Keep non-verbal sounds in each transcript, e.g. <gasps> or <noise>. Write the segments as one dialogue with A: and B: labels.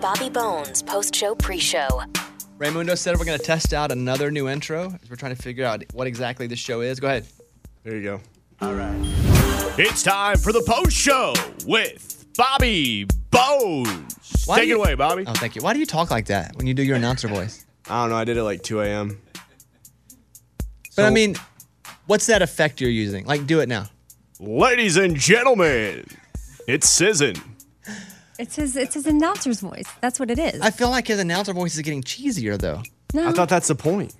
A: Bobby Bones post show pre show.
B: Raymundo said we're going to test out another new intro as we're trying to figure out what exactly this show is. Go ahead. There you go.
C: It's time for the post show with Bobby Bones.
B: Why do
C: Take it
B: you-
C: away, Bobby.
B: Oh, thank you. Why do you talk like that when you do your announcer voice?
D: I don't know. I did it like 2 a.m.
B: But I mean, what's that effect you're using? Like, do it now.
C: Ladies and gentlemen, it's Sizzin.
E: It's his it's his announcer's voice. That's what it is.
B: I feel like his announcer voice is getting cheesier, though.
E: no.
D: I thought that's the point.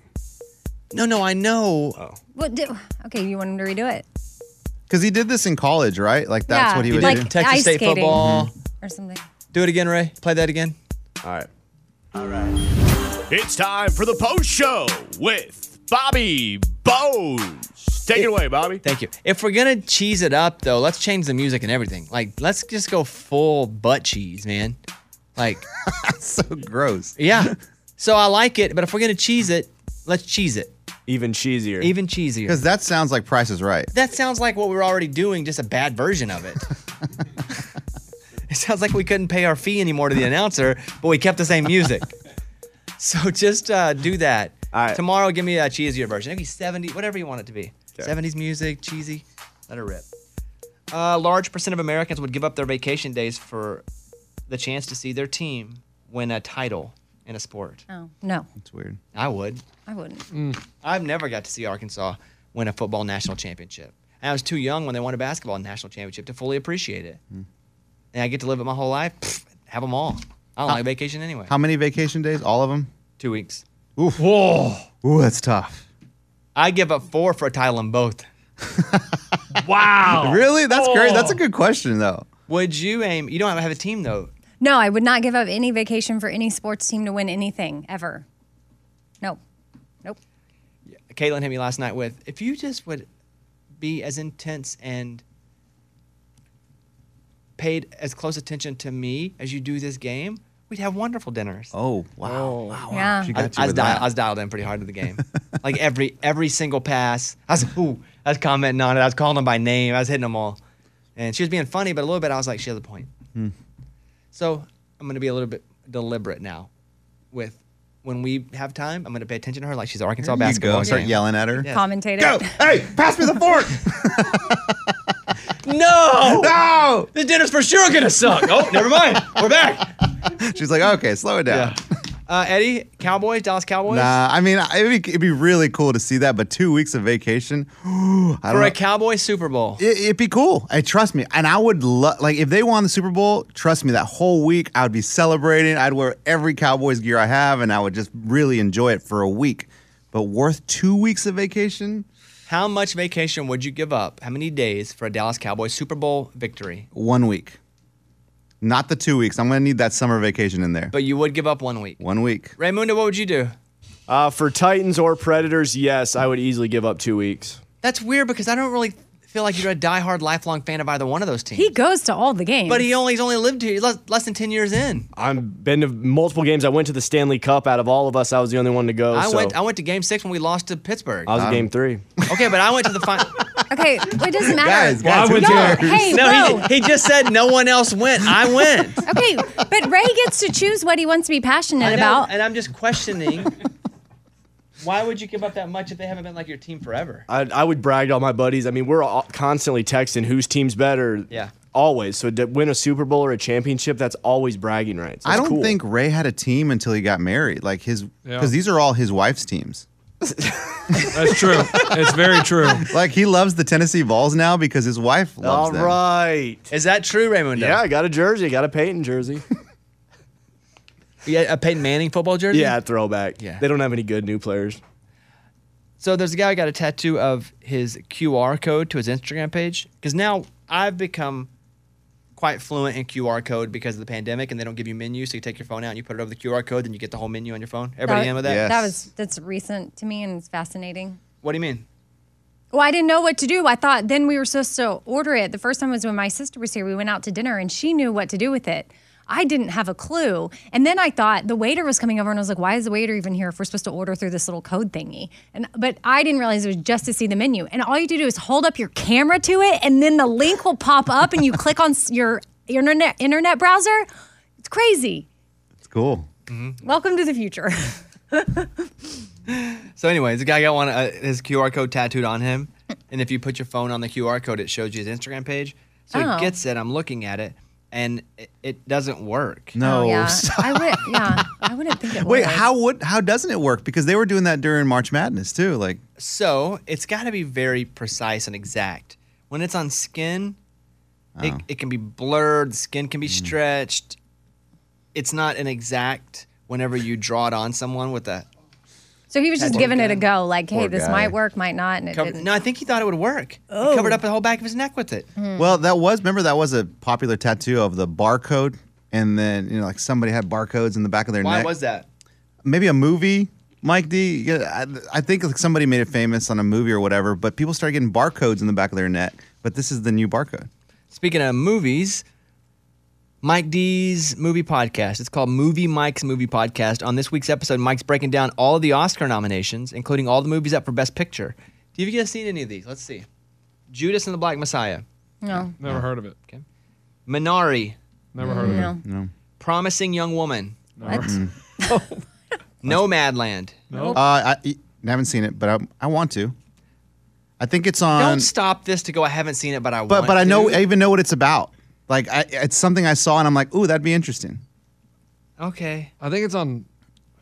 B: No, no, I know.
E: what do, okay, you want him to redo it
F: Because he did this in college, right? Like that's
E: Yeah.
F: what he
E: He
F: would
E: did.
F: do.
E: Like-
B: Texas
E: ice
B: State
E: skating.
B: football.
E: or something?
B: Do it again, Ray. Play that again.
D: All right.
C: It's time for the post show with Bobby Bones. Take it, away, Bobby.
B: Thank you. If we're gonna cheese it up though, let's change the music and everything. Like, let's just go full butt cheese, man. Like,
F: <laughs> so gross.
B: yeah. so I like it, but if we're gonna cheese it, let's cheese it
D: Even cheesier.
B: even cheesier.
F: Because that sounds like Price is Right.
B: that sounds like what we were already doing, just a bad version
D: <laughs>
B: of it. it sounds like we couldn't pay our fee anymore to the announcer, but we kept the same music. <laughs> so just uh, do that.
D: All right.
B: Tomorrow, give me a cheesier version. Maybe 70, whatever you want it to be. 70s music, cheesy. Let it rip. A large percent of Americans would give up their vacation days for the chance to see their team win a title in a sport.
E: No. No,
F: It's weird.
B: I would.
E: I wouldn't.
B: I've never got to see Arkansas win a football national championship. And I was too young when they won a basketball national championship to fully appreciate it.
F: Hmm.
B: And I get to live it my whole life. Pfft, have them all. I don't like vacation anyway.
F: How many vacation days? All of them?
B: Two weeks.
F: Ooh, that's tough.
B: I give up four for a title in both.
C: Wow.
F: Really? That's great. That's a good question though.
B: Would you aim? You don't have a team though.
E: No, I would not give up any vacation for any sports team to win anything ever. No. Nope.
B: Caitlin hit me last night with, if you just would be as intense and paid as close attention to me as you do this game, we'd have wonderful dinners.
F: Oh wow. wow.
E: Yeah.
F: She
B: I,
F: got
B: I
F: you
B: was
F: with
B: dialed,
F: that.
B: I was dialed in pretty hard to the game. like every every single pass, I was ooh, I was commenting on it. I was calling them by name. I was hitting them all, and she was being funny, but a little bit I was like, she has a point.
F: Hmm.
B: So I'm gonna be a little bit deliberate now. With when we have time, I'm gonna pay attention to her like she's an Arkansas
F: There you
B: basketball.
F: go. Start
B: game.
F: yelling at her.
E: Commentator.
F: Hey, pass me the
E: <laughs>
F: fork.
B: No,
F: no.
B: this dinner's for sure gonna suck. Oh, never mind. We're
F: <laughs>
B: back.
F: She's like, okay, slow it down.
B: Yeah. Uh, Eddie, Cowboys, Dallas Cowboys.
F: Nah, I mean, I- it'd be, it'd be really cool to see that, but two weeks of vacation, <gasps> I
B: For
F: don't
B: a
F: know.
B: Cowboy Super Bowl.
F: It, it'd be cool. I trust me, and I would love like if they won the Super Bowl. Trust me, that whole week I would be celebrating. I'd wear every Cowboys gear I have, and I would just really enjoy it for a week. But worth two weeks of vacation?
B: How much vacation would you give up? How many days for a Dallas Cowboys Super Bowl victory?
F: One week, not the two weeks. I'm gonna need that summer vacation in there.
B: But you would give up one week.
F: one week.
B: Raymundo, what would you do?
D: Uh, for Titans or Predators, yes, I would easily give up two weeks.
B: That's weird because I don't really feel like you're a diehard, lifelong fan of either one of those teams.
E: He goes to all the games.
B: but he only he's only lived here less, less than ten years in.
D: I've been to multiple games. I went to the Stanley Cup. Out of all of us, I was the only one to go.
B: I
D: so
B: went I Uh-huh. went to Game Six when we lost to Pittsburgh.
D: I was at
B: <laughs>
D: game three.
B: okay, but I went to the
E: <laughs>
B: final.
E: okay,
B: <laughs>
E: it doesn't matter.
F: Guys, guys, who
E: Y'all-
F: cares?
E: hey,
B: no,
E: whoa.
B: he, he just said no one else went. I
E: <laughs>
B: went.
E: Okay, but Ray gets to choose what he wants to be passionate
B: I know,
E: about.
B: and I'm just questioning. Why would you give up that much if they haven't been like your team forever?
D: I, I would brag to all my buddies. I mean, we're all constantly texting whose team's better.
B: Yeah.
D: Always. So to win a Super Bowl or a championship, that's always bragging rights.
F: I
D: That's
F: don't
D: cool.
F: think Ray had a team until he got married. Like his, because these are all his wife's teams.
G: That's true. it's very true.
F: Like he loves the Tennessee Vols now because his wife loves
D: All
F: them.
D: right.
B: Is that true, Raymundo?
D: Yeah, I got a jersey. I got a Peyton <laughs> jersey.
B: Yeah, a Peyton Manning football jersey.
D: yeah, throwback.
B: Yeah.
D: They don't have any good new players.
B: So there's a guy who got a tattoo of his QR code to his Instagram page because now I've become quite fluent in QR code because of the pandemic and they don't give you menus. So you take your phone out and you put it over the QR code, then you get the whole menu on your phone. Everybody in with that?
F: Yeah.
E: That
F: Yes.
E: was that's recent to me and it's fascinating.
B: What do you mean?
E: Well, I didn't know what to do. I thought then we were supposed to order it. The first time was when my sister was here. We went out to dinner and she knew what to do with it. I didn't have a clue. And then I thought the waiter was coming over and I was like, why is the waiter even here if we're supposed to order through this little code thingy? And but I didn't realize it was just to see the menu. And all you do is hold up your camera to it and then the link will pop up and you click on s- your internet internet browser. It's crazy.
F: cool.
E: Welcome to the future. <laughs>
B: So, anyways, the guy got one uh, his QR code tattooed on him, and if you put your phone on the QR code, it shows you his Instagram page. So
E: Oh.
B: he gets it. I'm looking at it, and it, it doesn't work.
F: No.
E: Oh,
D: <laughs>
E: yeah.
F: <laughs> stop.
E: I would, yeah. I wouldn't think it
F: Wait,
E: would.
F: how would how doesn't it work? Because they were doing that during March Madness too. Like,
B: So it's got to be very precise and exact. When it's on skin, it, it can be blurred. The skin can be stretched. It's not an exact. Whenever you draw it on someone with a
E: So he was just giving it a go, like, hey,
F: Poor
E: this
F: guy.
E: might work, might not, and it
B: cover,
E: didn't.
B: no, I think he thought it would work. He covered up the whole back of his neck with it.
F: well, that was remember that was a popular tattoo of the barcode, and then you know like somebody had barcodes in the back of their
B: Why
F: neck.
B: was that?
F: maybe a movie. Mike D, yeah, I, I think like somebody made it famous on a movie or whatever, but people started getting barcodes in the back of their neck. But this is the new barcode.
B: Speaking of movies, Mike D's movie podcast. It's called Movie Mike's Movie Podcast. On this week's episode, Mike's breaking down all the Oscar nominations, including all the movies up for Best Picture. Have you guys seen any of these? Let's see. Judas and the Black Messiah,
E: No,
G: Never heard of it.
B: Minari,
G: Never heard of it.
E: no.
B: Promising Young Woman,
E: What?
B: Nomadland.
G: No.
F: Uh, I, I haven't seen it, but I, I want to. I think it's on.
B: Don't stop this to go. I haven't seen it, but I
F: but
B: want
F: but I know
B: to."
F: I even know what it's about. Like I, it's something I saw and I'm like, ooh, that'd be interesting.
B: Okay,
G: I think it's on.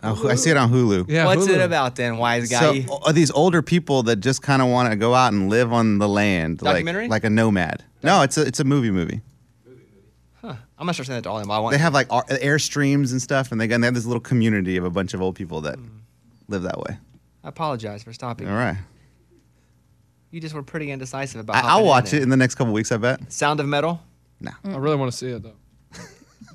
F: Oh, I see it on Hulu.
G: Yeah.
B: what's it
G: Hulu.
B: about then, wise
F: So
B: guy?
F: are these older people that just kind of want to go out and live on the land, like
B: Documentary?
F: like a nomad? No, it's a it's a movie movie.
B: I'm gonna start saying that to all of them. I want.
F: they have like ar- airstreams and stuff, and they, and they have this little community of a bunch of old people that live that way.
B: I apologize for stopping.
F: All right,
B: You just were pretty indecisive about.
F: I,
B: hopping
F: I'll
B: in
F: watch
B: there.
F: it in the next couple weeks. I bet.
B: Sound of Metal.
F: No,
G: I really want to see it though.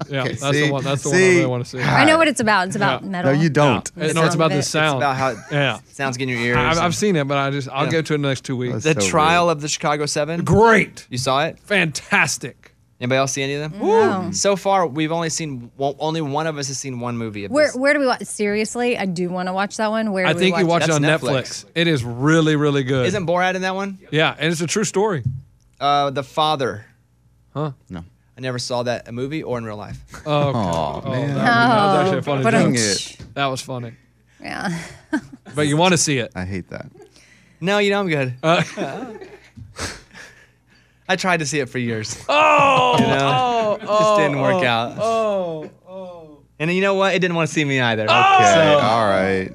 G: Yeah, that's
F: see?
G: the one. That's the one
F: See?
G: I really want to see.
E: I know what it's about. It's about
G: Yeah.
F: no,
E: metal.
F: you don't.
G: No,
E: The
G: no, it's
E: sound
G: about
E: of it.
G: this
E: It's
G: sound.
B: It's about how it
G: <laughs> yeah,
B: sounds good in your ears.
G: I, I've seen it, but I just I'll
B: Yeah.
G: go to it in the next two weeks.
F: That's-
B: the
F: so
B: trial of the Chicago Seven.
G: Great,
B: You saw it?
G: fantastic.
B: Anybody else see any of them?
E: No.
B: So far, we've only seen well, only one of us has seen one movie of
E: Where
B: this.
E: where do we watch? Seriously, I do want to watch that one. Where
G: I
E: do
G: think
E: we
G: you watch it
B: That's
G: on
B: Netflix.
G: Netflix. It is really really good.
B: Isn't Borat in that one?
G: yeah, and it's a true story.
B: Uh, the Father.
G: Huh?
F: No.
B: I never saw that a movie or in real life.
G: Oh, okay.
F: Aw,
G: Oh,
F: man.
G: That, was, that was actually a funny
E: But um,
G: joke.
E: I'm-
F: Dang it.
G: That was funny.
E: Yeah.
G: But you want to see it.
F: I hate that.
B: No, you know I'm good. <laughs> I tried to see it for years. Oh, you know? oh, just didn't work out. Oh, oh. And you know what? It didn't want to see me either.
F: Okay, all right.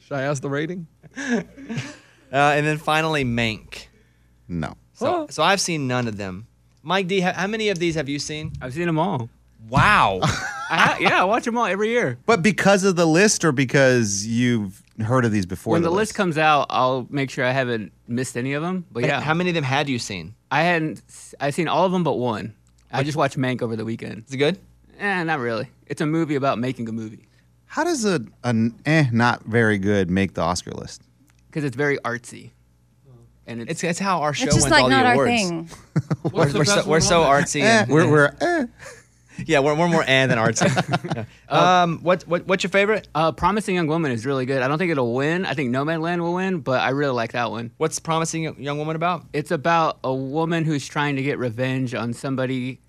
G: Should I ask the rating?
B: Uh, and then finally, Mank.
F: No,
B: So, so I've seen none of them. Mike D, how, how many of these have you seen?
H: I've seen them all.
B: Wow.
H: I ha- yeah, I watch them all every year.
F: but because of the list, or because you've heard of these before?
H: When the list comes out, I'll make sure I haven't missed any of them. But yeah,
B: How many of them had you seen?
H: I hadn't. s- I've seen all of them but one. I just watched Mank over the weekend.
B: Is it good?
H: Eh, not really. It's a movie about making a movie
F: How does a an eh not very good make the Oscar list?
H: because it's very artsy, and it's,
B: It's, it's how our show
E: It's just
B: wins all
E: like
B: the
E: not our
B: awards.
E: thing.
B: We're, we're so, <laughs> we're so artsy.
F: Eh,
B: and-
F: we're, we're eh.
B: yeah, we're, we're more eh than artsy. <laughs> Yeah. um, what, what, what's your favorite?
H: uh, Promising Young Woman is really good. I don't think it'll win. I think Nomadland will win, but I really like that one.
B: What's Promising Young Woman about?
H: It's about a woman who's trying to get revenge on somebody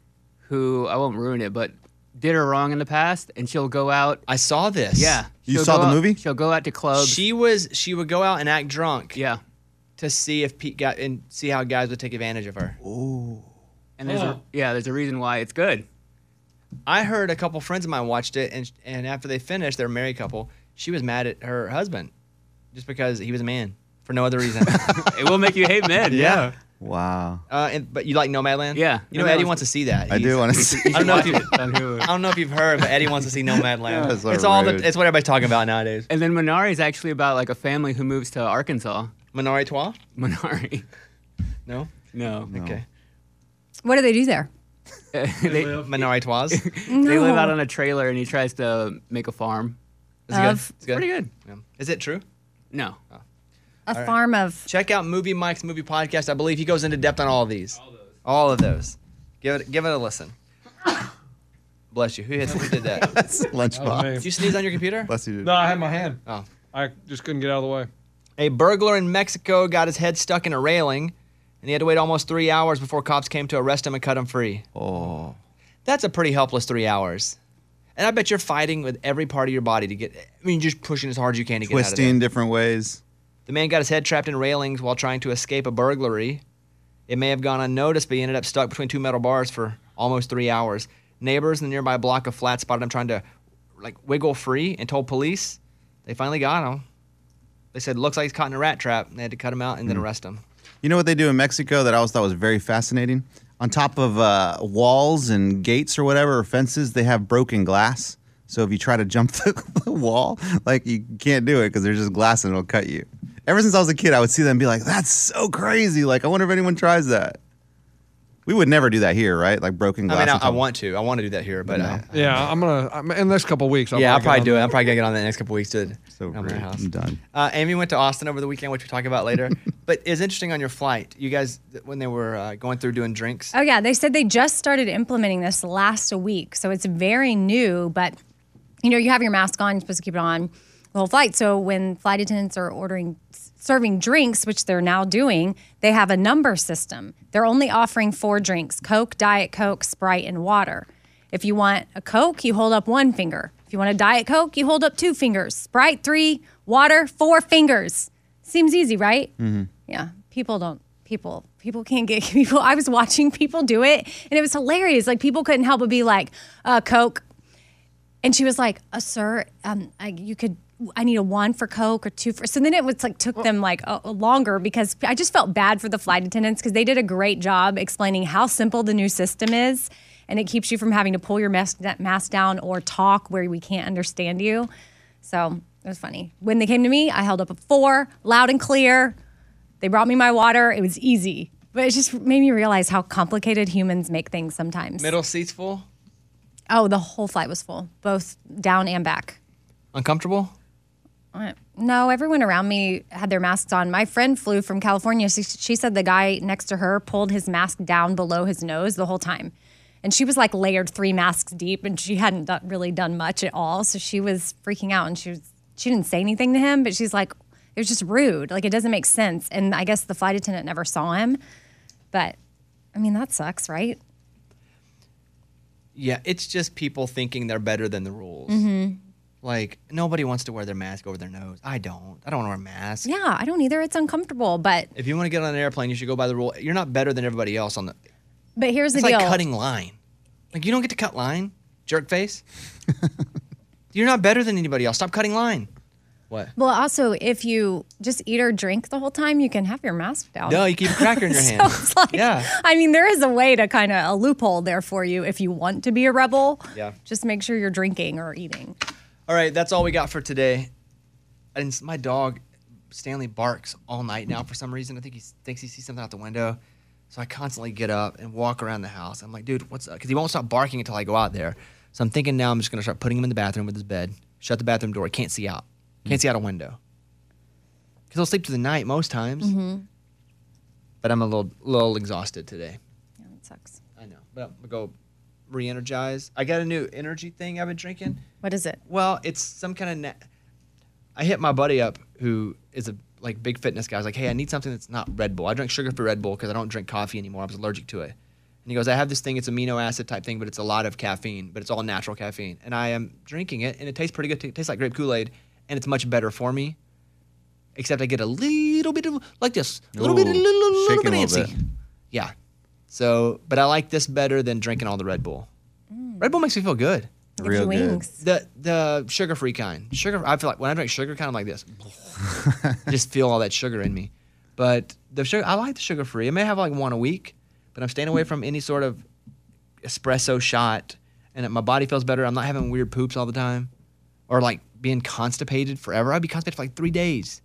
H: who I won't ruin it, but did her wrong in the past, and she'll go out.
B: I saw this.
H: Yeah,
F: You
H: she'll
F: saw
H: go
F: the
H: out-
F: movie?
H: She'll go out to clubs.
B: She was she would go out and act drunk
H: yeah,
B: to see if Pete got and see how guys would take advantage of her.
H: and there's
B: Oh.
H: a, yeah, there's a reason why it's good.
B: I heard a couple friends of mine watched it, and and after they finished, they're a married couple. She was mad at her husband, just because he was a man for no other <laughs> reason.
H: It will make you hate
B: <laughs>
H: men.
B: yeah.
F: Wow,
B: Uh, and, but you like Nomadland?
H: Yeah,
B: You know, Eddie
H: Nomadland's-
B: wants to see that.
F: I
B: He's-
F: do want to see.
B: I don't know if you.
H: <laughs> On Hulu.
B: I don't know if you've heard, but Eddie wants
F: <laughs>
B: to see Nomadland.
F: That's so
B: it's all
F: rude.
B: the. It's what everybody's talking about nowadays.
H: And then Minari is actually about like a family who moves to Arkansas. <laughs>
B: Minari Trois?
H: Minari.
B: No.
H: No.
B: Okay.
E: What do they do there?
H: <laughs> they,
B: Minari Trois.
H: they live out on a trailer and he tries to make a farm. <laughs>
B: Is it good?
E: Of-
B: It's good.
H: Uh, Pretty good.
B: Yeah. Is it true?
H: No.
E: A farm of
B: Check out Movie Mike's Movie Podcast. I believe he goes into depth on all of these. All, of those. Give it. Give it a listen. Bless you. Who, hits, who did
F: <laughs>
B: that?
G: Oh,
F: Lunchbox.
B: Did you sneeze on your computer?
F: Bless you. dude.
G: No, I had my hand.
B: Oh. Uh-huh.
G: I just couldn't get out of the way.
B: A burglar in Mexico got his head stuck in a railing, and he had to wait almost three hours before cops came to arrest him and cut him free. Oh. That's a pretty helpless three hours. And I bet you're fighting with every part of your body to get. I mean, just pushing as hard as you can to get out of
F: twisting different ways.
B: there. The man got his head trapped in railings while trying to escape a burglary. It may have gone unnoticed, but he ended up stuck between two metal bars for almost three hours. Neighbors in the nearby block of flats spotted him trying to like wiggle free and told police. They finally got him. They said, "Looks like he's caught in a rat trap." And they had to cut him out and then arrest him.
F: You know what they do in Mexico that I always thought was very fascinating? On top of uh, walls and gates or whatever, or fences, they have broken glass. So if you try to jump <laughs> the, the wall, like you can't do it because there's just glass and it'll cut you. Ever since I was a kid, I would see them and be like, that's so crazy. Like, I wonder if anyone tries that. We would never do that here, right? Like broken
B: I
F: glass.
B: mean,
F: and
B: I, I
F: top-
B: want to. I want to do that here, but uh, I,
G: Yeah, I'm gonna I'm, in the next couple weeks. I'll
B: yeah, I'll probably do it.
G: get
B: I'm probably gonna get on that in the next couple weeks to
F: So
B: on my
F: great.
B: house.
F: I'm done.
B: Uh, Amy went to Austin over the weekend, which we'll talk about <laughs> later. but it's interesting on your flight, you guys, th- when they were uh, going through doing drinks.
E: Oh, yeah. They said they just started implementing this last week. So it's very new, but you know, you have your mask on, you're supposed to keep it on the whole flight. So when flight attendants are ordering, serving drinks, which they're now doing, they have a number system. They're only offering four drinks Coke, Diet Coke, Sprite, and water. If you want a Coke, you hold up one finger. If you want a Diet Coke, you hold up two fingers. Sprite, three. Water, four fingers. Seems easy, right? Yeah, people don't. People, people can't get <laughs> people. I was watching people do it, and it was hilarious. Like people couldn't help but be like, uh, "Coke," and she was like, uh, "Sir, um, I, you could." I need a one for Coke or two for. So then it was like took them like a, a longer because I just felt bad for the flight attendants because they did a great job explaining how simple the new system is, and it keeps you from having to pull your mask mask down or talk where we can't understand you. So it was funny when they came to me. I held up a four, loud and clear. They brought me my water. It was easy. But it just made me realize how complicated humans make things sometimes.
B: Middle seats full?
E: Oh, the whole flight was full, both down and back.
B: Uncomfortable?
E: No, everyone around me had their masks on. My friend flew from California. She, she said the guy next to her pulled his mask down below his nose the whole time. And she was like layered three masks deep and she hadn't done, really done much at all. So she was freaking out and she was, she didn't say anything to him, but she's like, it was just rude. Like it doesn't make sense. And I guess the flight attendant never saw him. But I mean, that sucks, right?
B: Yeah, it's just people thinking they're better than the rules. Like, nobody wants to wear their mask over their nose. I don't. I don't want to wear a mask.
E: Yeah, I don't either. It's uncomfortable, but
B: If you want to get on an airplane, you should go by the rule. You're not better than everybody else on the.
E: but here's
B: It's
E: the
B: like
E: deal.
B: cutting line. Like, you don't get to cut line, jerk face. You're not better than anybody else. Stop cutting line. What?
E: Well, also, if you just eat or drink the whole time, you can have your mask down. <laughs>
B: No, you keep a cracker in your hand.
E: It's like,
B: Yeah.
E: I mean, there is a way to kind of a loophole there for you if you want to be a rebel.
B: Yeah.
E: Just make sure you're drinking or eating.
B: All right, that's all we got for today. And s- my dog Stanley barks all night now for some reason. I think he s- thinks he sees something out the window. So I constantly get up and walk around the house. I'm like, dude, what's up? Because he won't stop barking until I go out there. So I'm thinking now I'm just gonna start putting him in the bathroom with his bed. Shut the bathroom door. He Can't see out. Can't see out a window. Because he'll sleep through the night most times. But I'm a little, little exhausted today.
E: Yeah, that sucks.
B: I know. But I'm gonna go re-energize. I got a new energy thing I've been drinking.
E: What is it?
B: Well, it's some kind of. Na- I hit my buddy up who is a like big fitness guy. I was like, hey, I need something that's not Red Bull. I drink sugar free Red Bull because I don't drink coffee anymore. I was allergic to it. And he goes, I have this thing. It's amino acid type thing, but it's a lot of caffeine, but it's all natural caffeine. And I am drinking it, and it tastes pretty good. It tastes like grape Kool Aid, and it's much better for me. Except I get a little bit of like this, a little bit, a
F: Ooh,
B: little, little, little
F: shaking
B: bit
F: a little
B: antsy.
F: bit.
B: Yeah. So, but I like this better than drinking all the Red Bull. Red Bull makes me feel good.
E: Gives
F: Real
E: you
F: good.
E: wings.
B: The the sugar free kind. Sugar. I feel like when I drink sugar kind, I'm like
F: <laughs>
B: this. just feel all that sugar in me. But the sugar, I like the sugar free. I may have like one a week, but I'm staying away from any sort of espresso shot, and it, my body feels better. I'm not having weird poops all the time, or like being constipated forever. I'd be constipated for like three days.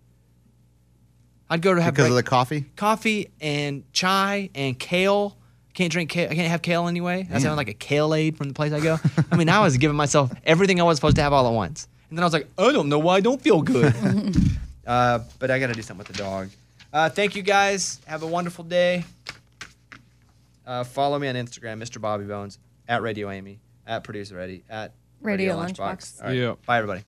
B: I'd go to have
F: Because of the
B: break-
F: coffee?
B: coffee and chai and kale. Can't drink kale. I can't have kale anyway. I sound like a kale aid from the place I go. I mean, I was giving myself everything I was supposed to have all at once. And then I was like, I don't know why I don't feel good. uh, but I got to do something with the dog. Uh, thank you guys. Have a wonderful day. Uh, follow me on Instagram, Mr. Bobby Bones, at Radio Amy, at Producer Eddie, at
E: Radio Lunchbox.
B: All right.
G: Yeah.
B: Bye, everybody.